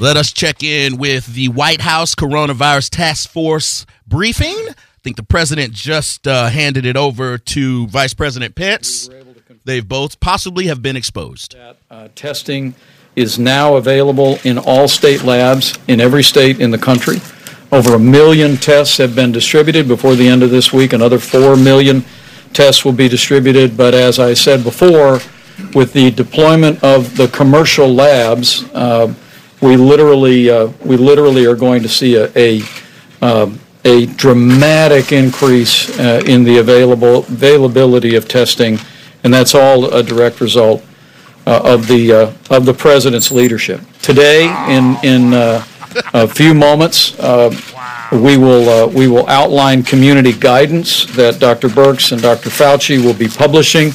Let us check in with the White House Coronavirus Task Force briefing. I think the president just uh, handed it over to Vice President Pence. They've both possibly have been exposed. Uh, Testing is now available in all state labs in every state in the country. Over a million tests have been distributed before the end of this week. Another 4 million tests will be distributed. But as I said before, with the deployment of the commercial labs, uh, we literally, uh, we literally are going to see a, a, um, a dramatic increase uh, in the available, availability of testing, and that's all a direct result uh, of the, uh, of the president's leadership. Today, in, in uh, a few moments, uh, we will, uh, we will outline community guidance that Dr. Burks and Dr. Fauci will be publishing.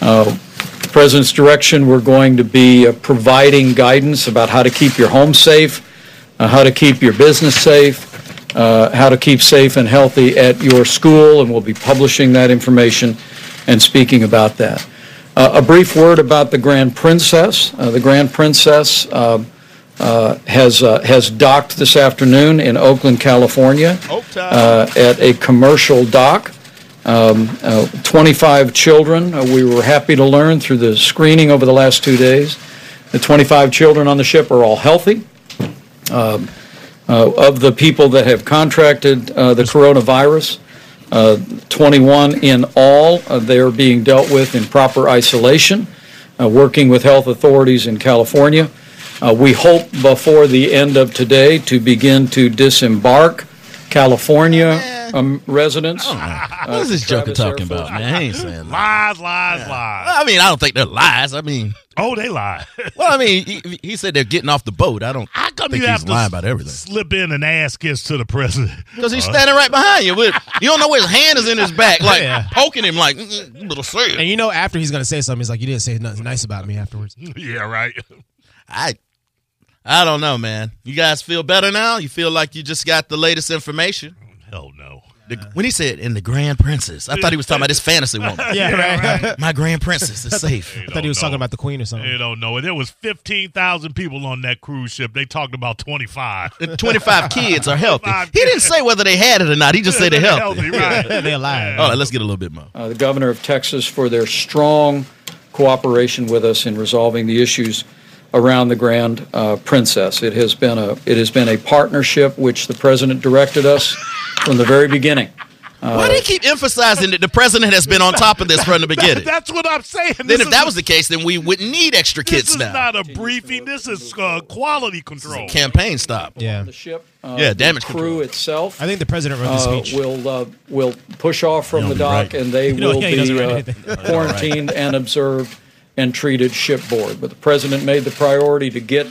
Uh, the President's direction, we're going to be uh, providing guidance about how to keep your home safe, uh, how to keep your business safe, uh, how to keep safe and healthy at your school, and we'll be publishing that information and speaking about that. Uh, A brief word about the Grand Princess. Uh, The Grand Princess uh, uh, has uh, has docked this afternoon in Oakland, California, uh, at a commercial dock. Um, uh, 25 children, uh, we were happy to learn through the screening over the last two days, the 25 children on the ship are all healthy. Um, uh, Of the people that have contracted uh, the coronavirus, uh, 21 in all, uh, they are being dealt with in proper isolation, uh, working with health authorities in California. Uh, We hope before the end of today to begin to disembark California um, residents. what is this joker Travis talking Air Force. about, man? I ain't saying that. Lies, lies, lies. I mean, I don't think they're lies. I mean, Oh, they lie. well, I mean, he, he said they're getting off the boat. I don't How come think you have he's to lying about everything. slip in an ass kiss to the president? Uh, Because he's standing right behind you. With, you don't know where his hand is in his back, like Yeah. poking him, like, "Mm, mm, little sir. And you know, after he's gonna say something, he's like, "You didn't say nothing nice about me afterwards." yeah, right. I I don't know, man. You guys feel better now? You feel like you just got the latest information? Hell no. The, when he said in the Grand Princess, I thought he was talking about this fantasy woman. Yeah, right. My Grand Princess is safe. I thought he was talking about the queen or They something. don't know. And there was 15,000 people on that cruise ship. They talked about 25. The 25 kids are healthy. 25 He didn't say whether they had it or not. He just said they're healthy. right. They lied. All right, let's get a little bit more. uh, the governor of Texas, for their strong cooperation with us in resolving the issues around the Grand uh, Princess. It has been a it has been a partnership which the president directed us from the very beginning. Why do they keep emphasizing that the president has been on top of this from the beginning? That's what I'm saying. Then This if is- that was the case, then we wouldn't need extra this kids is now. not a briefing. This is uh, quality control. Campaign stop. Yeah, The ship, uh, Yeah, the damage crew control. itself. I think the president wrote the uh, speech. will uh, will push off from the dock, and they know, will yeah, he doesn't be write uh, anything. quarantined and observed and treated shipboard. But the president made the priority to get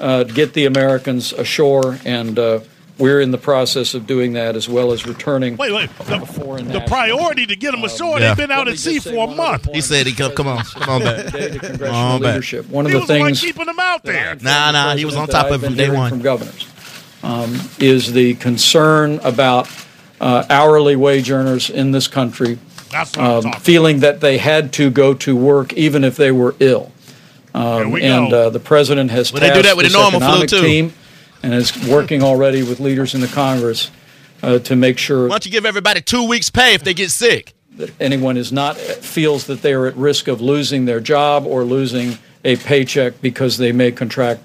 uh, get the Americans ashore, and uh, we're in the process of doing that as well as returning. Wait, wait. The, Foreign the nationals. priority to get them ashore, Yeah. they've been Let out me at just sea say for a one other month. point He said he that come- come on, the come on back. president today to Come congressional on back. leadership. One of He the was the one things keeping them out that there. I'm Nah, nah, he was on that top I've of it been from day hearing one. From governors, um, is the concern about uh, hourly wage earners in this country That's what I'm um, talking feeling that they had to go to work even if they were ill. about. Here we And go. uh, the president has Well, they do tasked that with the this normal flu, economic too. team and is working already with leaders in the Congress uh, to make sure Why don't you give everybody two weeks' pay if they get sick? that anyone is not feels that they are at risk of losing their job or losing a paycheck because they may contract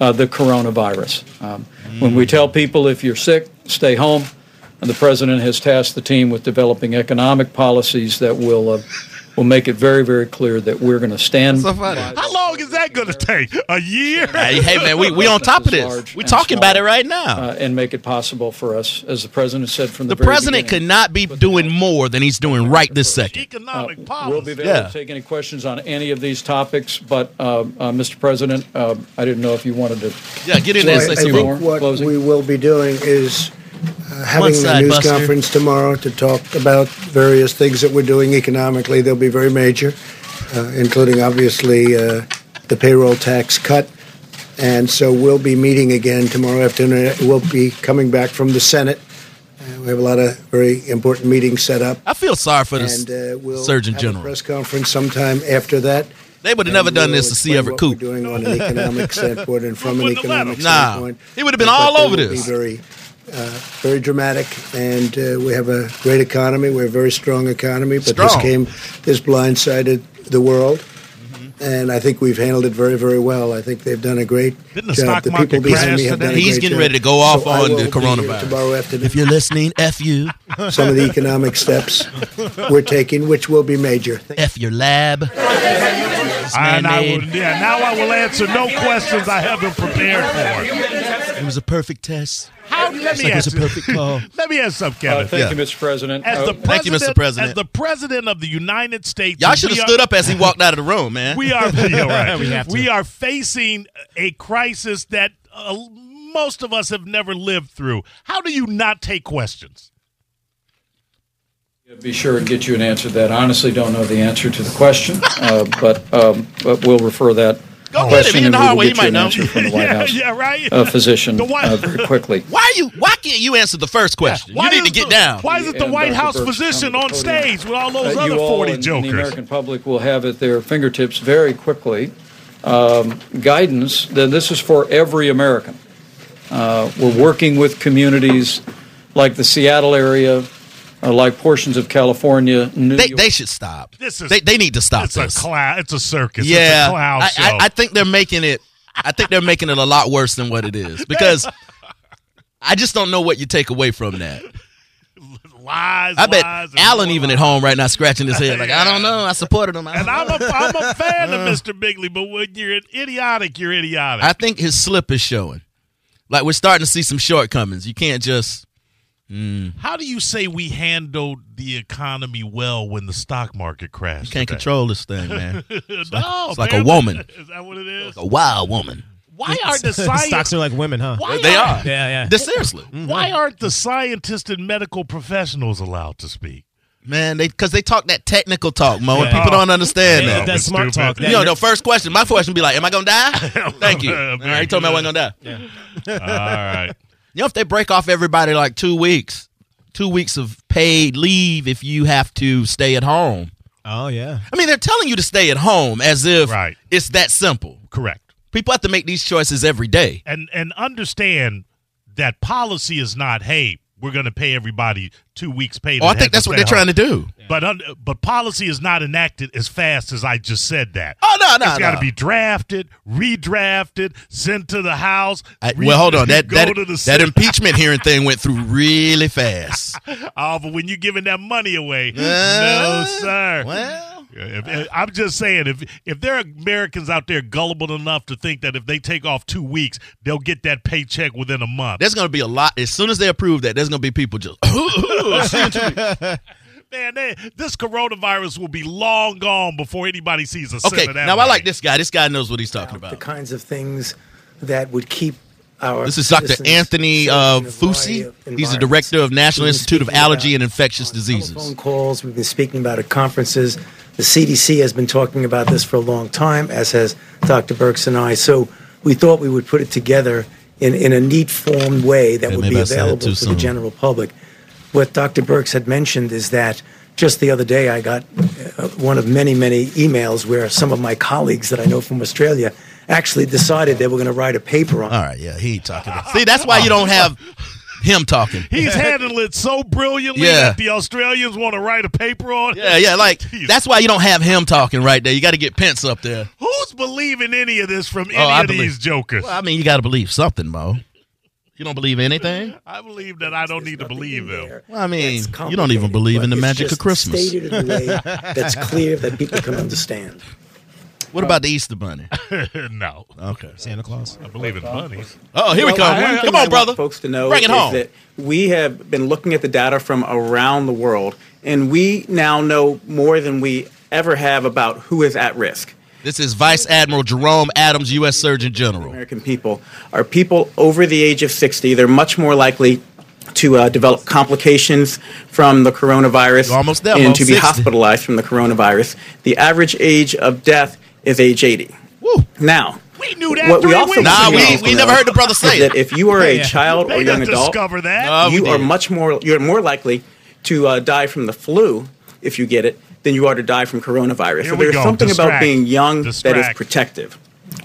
uh, the coronavirus. Um, When we tell people if you're sick, stay home. And the president has tasked the team with developing economic policies that will uh, will make it very very clear that we're going to stand. How long is that going to take? A year? Hey, hey man, we, we on top of this. Large We and talking small. about it right now. uh, and make it possible for us, as the president said from the, The president could not be doing more than he's doing right this second. Economic Uh, We'll be policy. available Yeah. to take any questions on any of these topics, but, uh, uh, Mr. President, uh, I didn't know if you wanted to Yeah, get in there and Well, say I- I some think more. more. what Closing. we will be doing is uh, having side, a news Buster. conference tomorrow to talk about various things that we're doing economically. They'll be very major, uh, including obviously uh, the payroll tax cut. And so we'll be meeting again tomorrow afternoon. We'll be coming back from the Senate. Uh, we have a lot of very important meetings set up I feel sorry for the and uh, we'll Surgeon have General. a press conference sometime after that. They would have And never done we'll this to see explain Everett what we're Koop. Doing on an economic standpoint and from an Wouldn't have let economic him. Nah. standpoint, He would have been I all thought they over would be this. Very, uh, very dramatic, and uh, we have a great economy. We have a very strong economy, but this Strong. came, this blindsided the world. And I think we've handled it very, very well. I think they've done a great Didn't the job. stock the market people behind crash me have done a today? He's great getting job. ready to go off So I on will the be here coronavirus. tomorrow afternoon If you're listening, F you, some of the economic steps we're taking, which will be major. F your lab. And I man-made. will, yeah, now I will answer no questions I haven't prepared for. It was a perfect test. How, let, me It was ask, a perfect call. let me ask something, Uh, Kevin. thank Yeah. you, Mr. President. As the Uh, president, Thank you, Mr. President. As the president of the United States, Y'all we should have are- stood up as he walked out of the room, man. We are yeah, right. We have to. are facing a crisis that uh, most of us have never lived through. How do you not take questions? Be sure and get you an answer to that. Honestly, don't know the answer to the question, uh, but, um, but we'll refer that Go get him. question He's in and the we will hallway. get He you might an know. answer from the White yeah, House yeah, right. uh, physician The White- uh, very quickly. Why you? Why can't you answer the first question? Why you need to is get the- down. Why is it the And White Dr. House Birx physician down on to the podium. stage with all those Uh, other you all 40 and jokers? The American public will have at their fingertips very quickly um, guidance that this is for every American. Uh, we're working with communities like the Seattle area, uh, like portions of California, New They, York. they should stop. This is- they, they need to stop it's this. a clown. It's a circus. yeah, it's a clown I, show. I, I think they're making it. I think they're making it a lot worse than what it is because I just don't know what you take away from that. lies. I bet lies, and Alan more even at lies. home right now scratching his head like I don't know. I supported him. I, don't And I'm know." a, I'm a fan of Mr. Bigley, but when you're an idiotic, you're idiotic. I think his slip is showing. Like we're starting to see some shortcomings. You can't just How do you say we handled the economy well when the stock market crashed? can't today? control this thing, man. no, it's like man. a woman. Is that what it is? A wild woman. Why are the Stocks science? are like women, huh? Why They aren't- are. Yeah, yeah. This- seriously, Why aren't the scientists and medical professionals allowed to speak? man. They because they talk that technical talk, Mo, and Yeah. people don't They- understand that. that's It's smart stupid. talk. That- you know, the first question, my question be like, "Am I gonna die?" Thank you. Yeah, All man. right, you told me I wasn't gonna die. All right. You know, if they break off everybody like two weeks, two weeks of paid leave if you have to stay at home. oh yeah. I mean, they're telling you to stay at home as if Right. it's that simple. Correct. People have to make these choices every day. And and understand that policy is not. Hey, we're going to pay everybody two weeks' pay. Oh, I think that's what they're trying to do. But un- but policy is not enacted as fast as I just said that. Oh no, no, It's got no. to be drafted, redrafted, sent to the House. I- re- well, hold on. That go that, to the that Senate. impeachment hearing thing went through really fast. Oh, but when you're giving that money away, Uh, no, sir. well. If- if- I'm just saying, if if there are Americans out there gullible enough to think that if they take off two weeks, they'll get that paycheck within a month, There's going to be a lot. As soon as they approve that, there's going to be people just. man, they, this coronavirus will be long gone before anybody sees a cent okay, of that now I money. like this guy. This guy knows what he's talking the about. kinds of things that would keep our. This is Dr. citizens Anthony uh, safe in a variety Fusi. of He's the environments. director of National We've been Institute of speaking Allergy about and Infectious on Diseases. Telephone calls. We've been speaking about at conferences. The CDC has been talking about this for a long time, as has Dr. Burks and I. So we thought we would put it together in, in a neat form way that Yeah, would maybe be I said it available too to soon. the general public. What Dr. Burks had mentioned is that just the other day I got uh, one of many, many emails where some of my colleagues that I know from Australia actually decided they were going to write a paper on it. All right, yeah, he ain't talking. About. See, that's why you don't have him talking. He's handling it so brilliantly Yeah. that the Australians want to write a paper on. it. Yeah, yeah, like Jeez. that's why you don't have him talking right there. You got to get Pence up there. Who's believing any of this from any Oh, I of believe- these jokers? Well, I mean, you got to believe something, Mo. You don't believe anything. I believe that I don't need to nothing believe in them. there Well, I mean, that's you don't even complicated, believe but in the it's magic of just Christmas. Stated in a way that's clear that people can understand. What about the Easter Bunny? no, Okay. Santa Claus. I believe in bunnies. Oh, here we Well, come. one thing Come I on, want brother. Folks to know Bring it is home. that we have been looking at the data from around the world, and we now know more than we ever have about who is at risk. This is Vice Admiral Jerome Adams, U.S. Surgeon General. American people are people over the age of 60. They're much more likely to uh, develop complications from the coronavirus You're almost there, Mo. and to be 60. hospitalized from the coronavirus. The average age of death is age 80. Woo. Now, We knew that What we three also weeks Nah, ago. we, we never heard the brother say is that it. if you are a Yeah. child or They young didn't adult, Oh, discover that. No. Oh, we you are did. much more you're more likely to uh, die from the flu if you get it than you are to die from coronavirus. Here so we there's go. something Distract. about being young that Distract. is protective.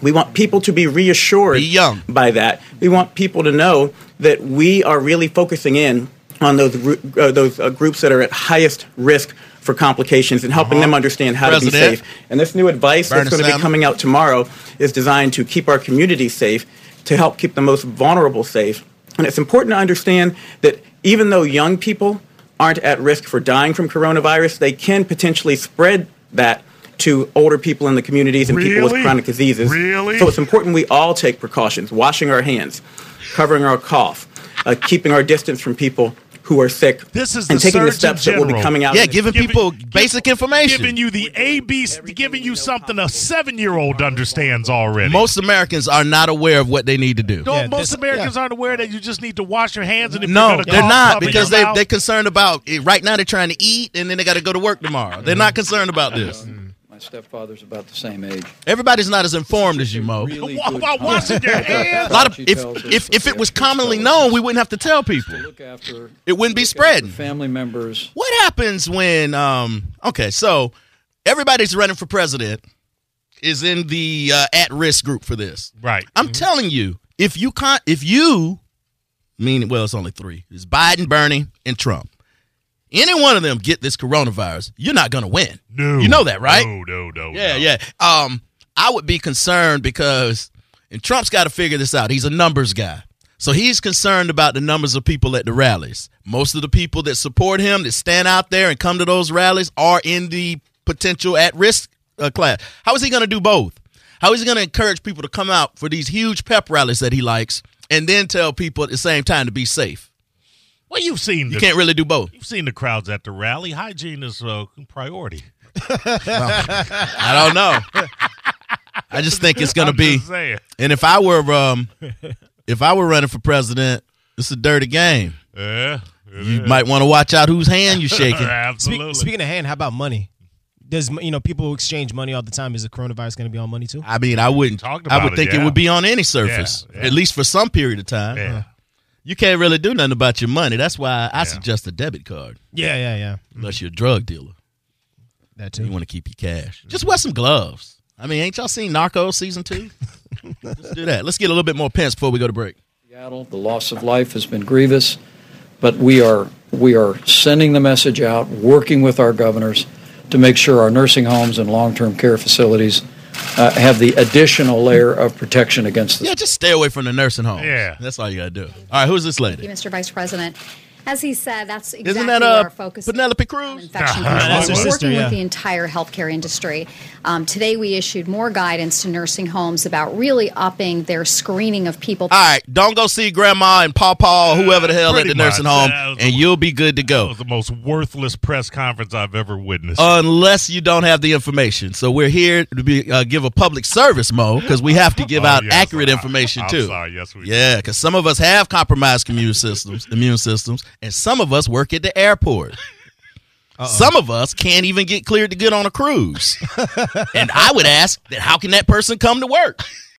We want people to be reassured Be young. by that. We want people to know that we are really focusing in on those gru- uh, those uh, groups that are at highest risk for complications and helping them understand how to be Uh-huh. President. safe. And this new advice Bernie that's going to Sanders. be coming out tomorrow is designed to keep our community safe, to help keep the most vulnerable safe. And it's important to understand that even though young people aren't at risk for dying from coronavirus, they can potentially spread that to older people in the communities and people with Really? chronic diseases. Really? So it's important we all take precautions, washing our hands, covering our cough, uh, keeping our distance from people who are sick, This is and the taking the Surgeon steps that will be General. coming out. Yeah, in this- giving Giving- people give- basic information. Giving you the ABC, giving you something a seven year old understands already. Most Americans are not aware of what they need to do. No, Yeah, most this- Americans aren't aware that you just need to wash your hands and if No, you're gonna they're cough, not cover because your they mouth. they're concerned about it. right now. They're trying to eat and then they got to go to work tomorrow. They're not concerned about this. My stepfather's about the same age. Everybody's not as informed as you, Mo. A Really Why- good why washing your concept. hands? lot of She if tells us if that if we it have was to commonly tell known, we wouldn't have to tell people. Look after. It wouldn't be look after spreading. Family members. What happens when um okay, so everybody's running for president is in the uh, at-risk group for this. Right. Mm-hmm. I'm telling you, if you con- if you mean well, it's only three. It's Biden, Bernie, and Trump. Any one of them get this coronavirus, you're not gonna win. No. You know that, right? No, no, no. Yeah, no. yeah. Um, I would be concerned because, and Trump's got to figure this out. He's a numbers guy, so he's concerned about the numbers of people at the rallies. Most of the people that support him, that stand out there and come to those rallies, are in the potential at-risk uh, class. How is he going to do both? How is he going to encourage people to come out for these huge pep rallies that he likes, and then tell people at the same time to be safe? Well, you've seen You the, can't really do both. you've seen the crowds at the rally. Hygiene is a priority. I don't know. I just think it's going to I'm be. just saying. And if I were um, if I were running for president, it's a dirty game. Yeah. You might want to watch out whose hand you shaking. Speak- Absolutely. speaking of hand, how about money? Does you know people who exchange money all the time? Is the coronavirus going to be on money too? I mean, I wouldn't. Talked I about would it, think it yeah. would be on any surface, Yeah, yeah. at least for some period of time. yeah. You can't really do nothing about your money. That's why I Yeah. suggest a debit card, Yeah, yeah, yeah. unless you're a drug dealer. That You too. want to keep your Mm-hmm. cash. Just wear some gloves. I mean, ain't y'all seen Narcos season two? Let's do that. Let's get a little bit more pence before we go to break. Seattle, the loss of life has been grievous, but we are we are sending the message out, working with our governors to make sure our nursing homes and long-term care facilities uh, have the additional layer of protection against this. Yeah, just stay away from the nursing home. Yeah. that's all you gotta do. All right, who's this lady? you, Mr. Vice President. As he said, that's exactly Isn't that where uh, our focus Penelope on Cruz? infection Nah, control. that's her We're sister, working yeah. with the entire healthcare industry. Um, today, we issued more guidance to nursing homes about really upping their screening of people. All right, don't go see grandma and pawpaw, whoever the hell at Pretty the nursing much. home, That was the and one. you'll be good to That go. was the most worthless press conference I've ever witnessed. Uh, Unless you don't have the information. So we're here to be, uh, give a public service, Mo, because we have to give Oh, out yes, accurate I- information I'm too. sorry, yes, we do. Yeah, because some of us have compromised immune systems, immune systems, and some of us work at the airport. Some of us can't even get cleared to get on a cruise. and I would ask, then how can that person come to work?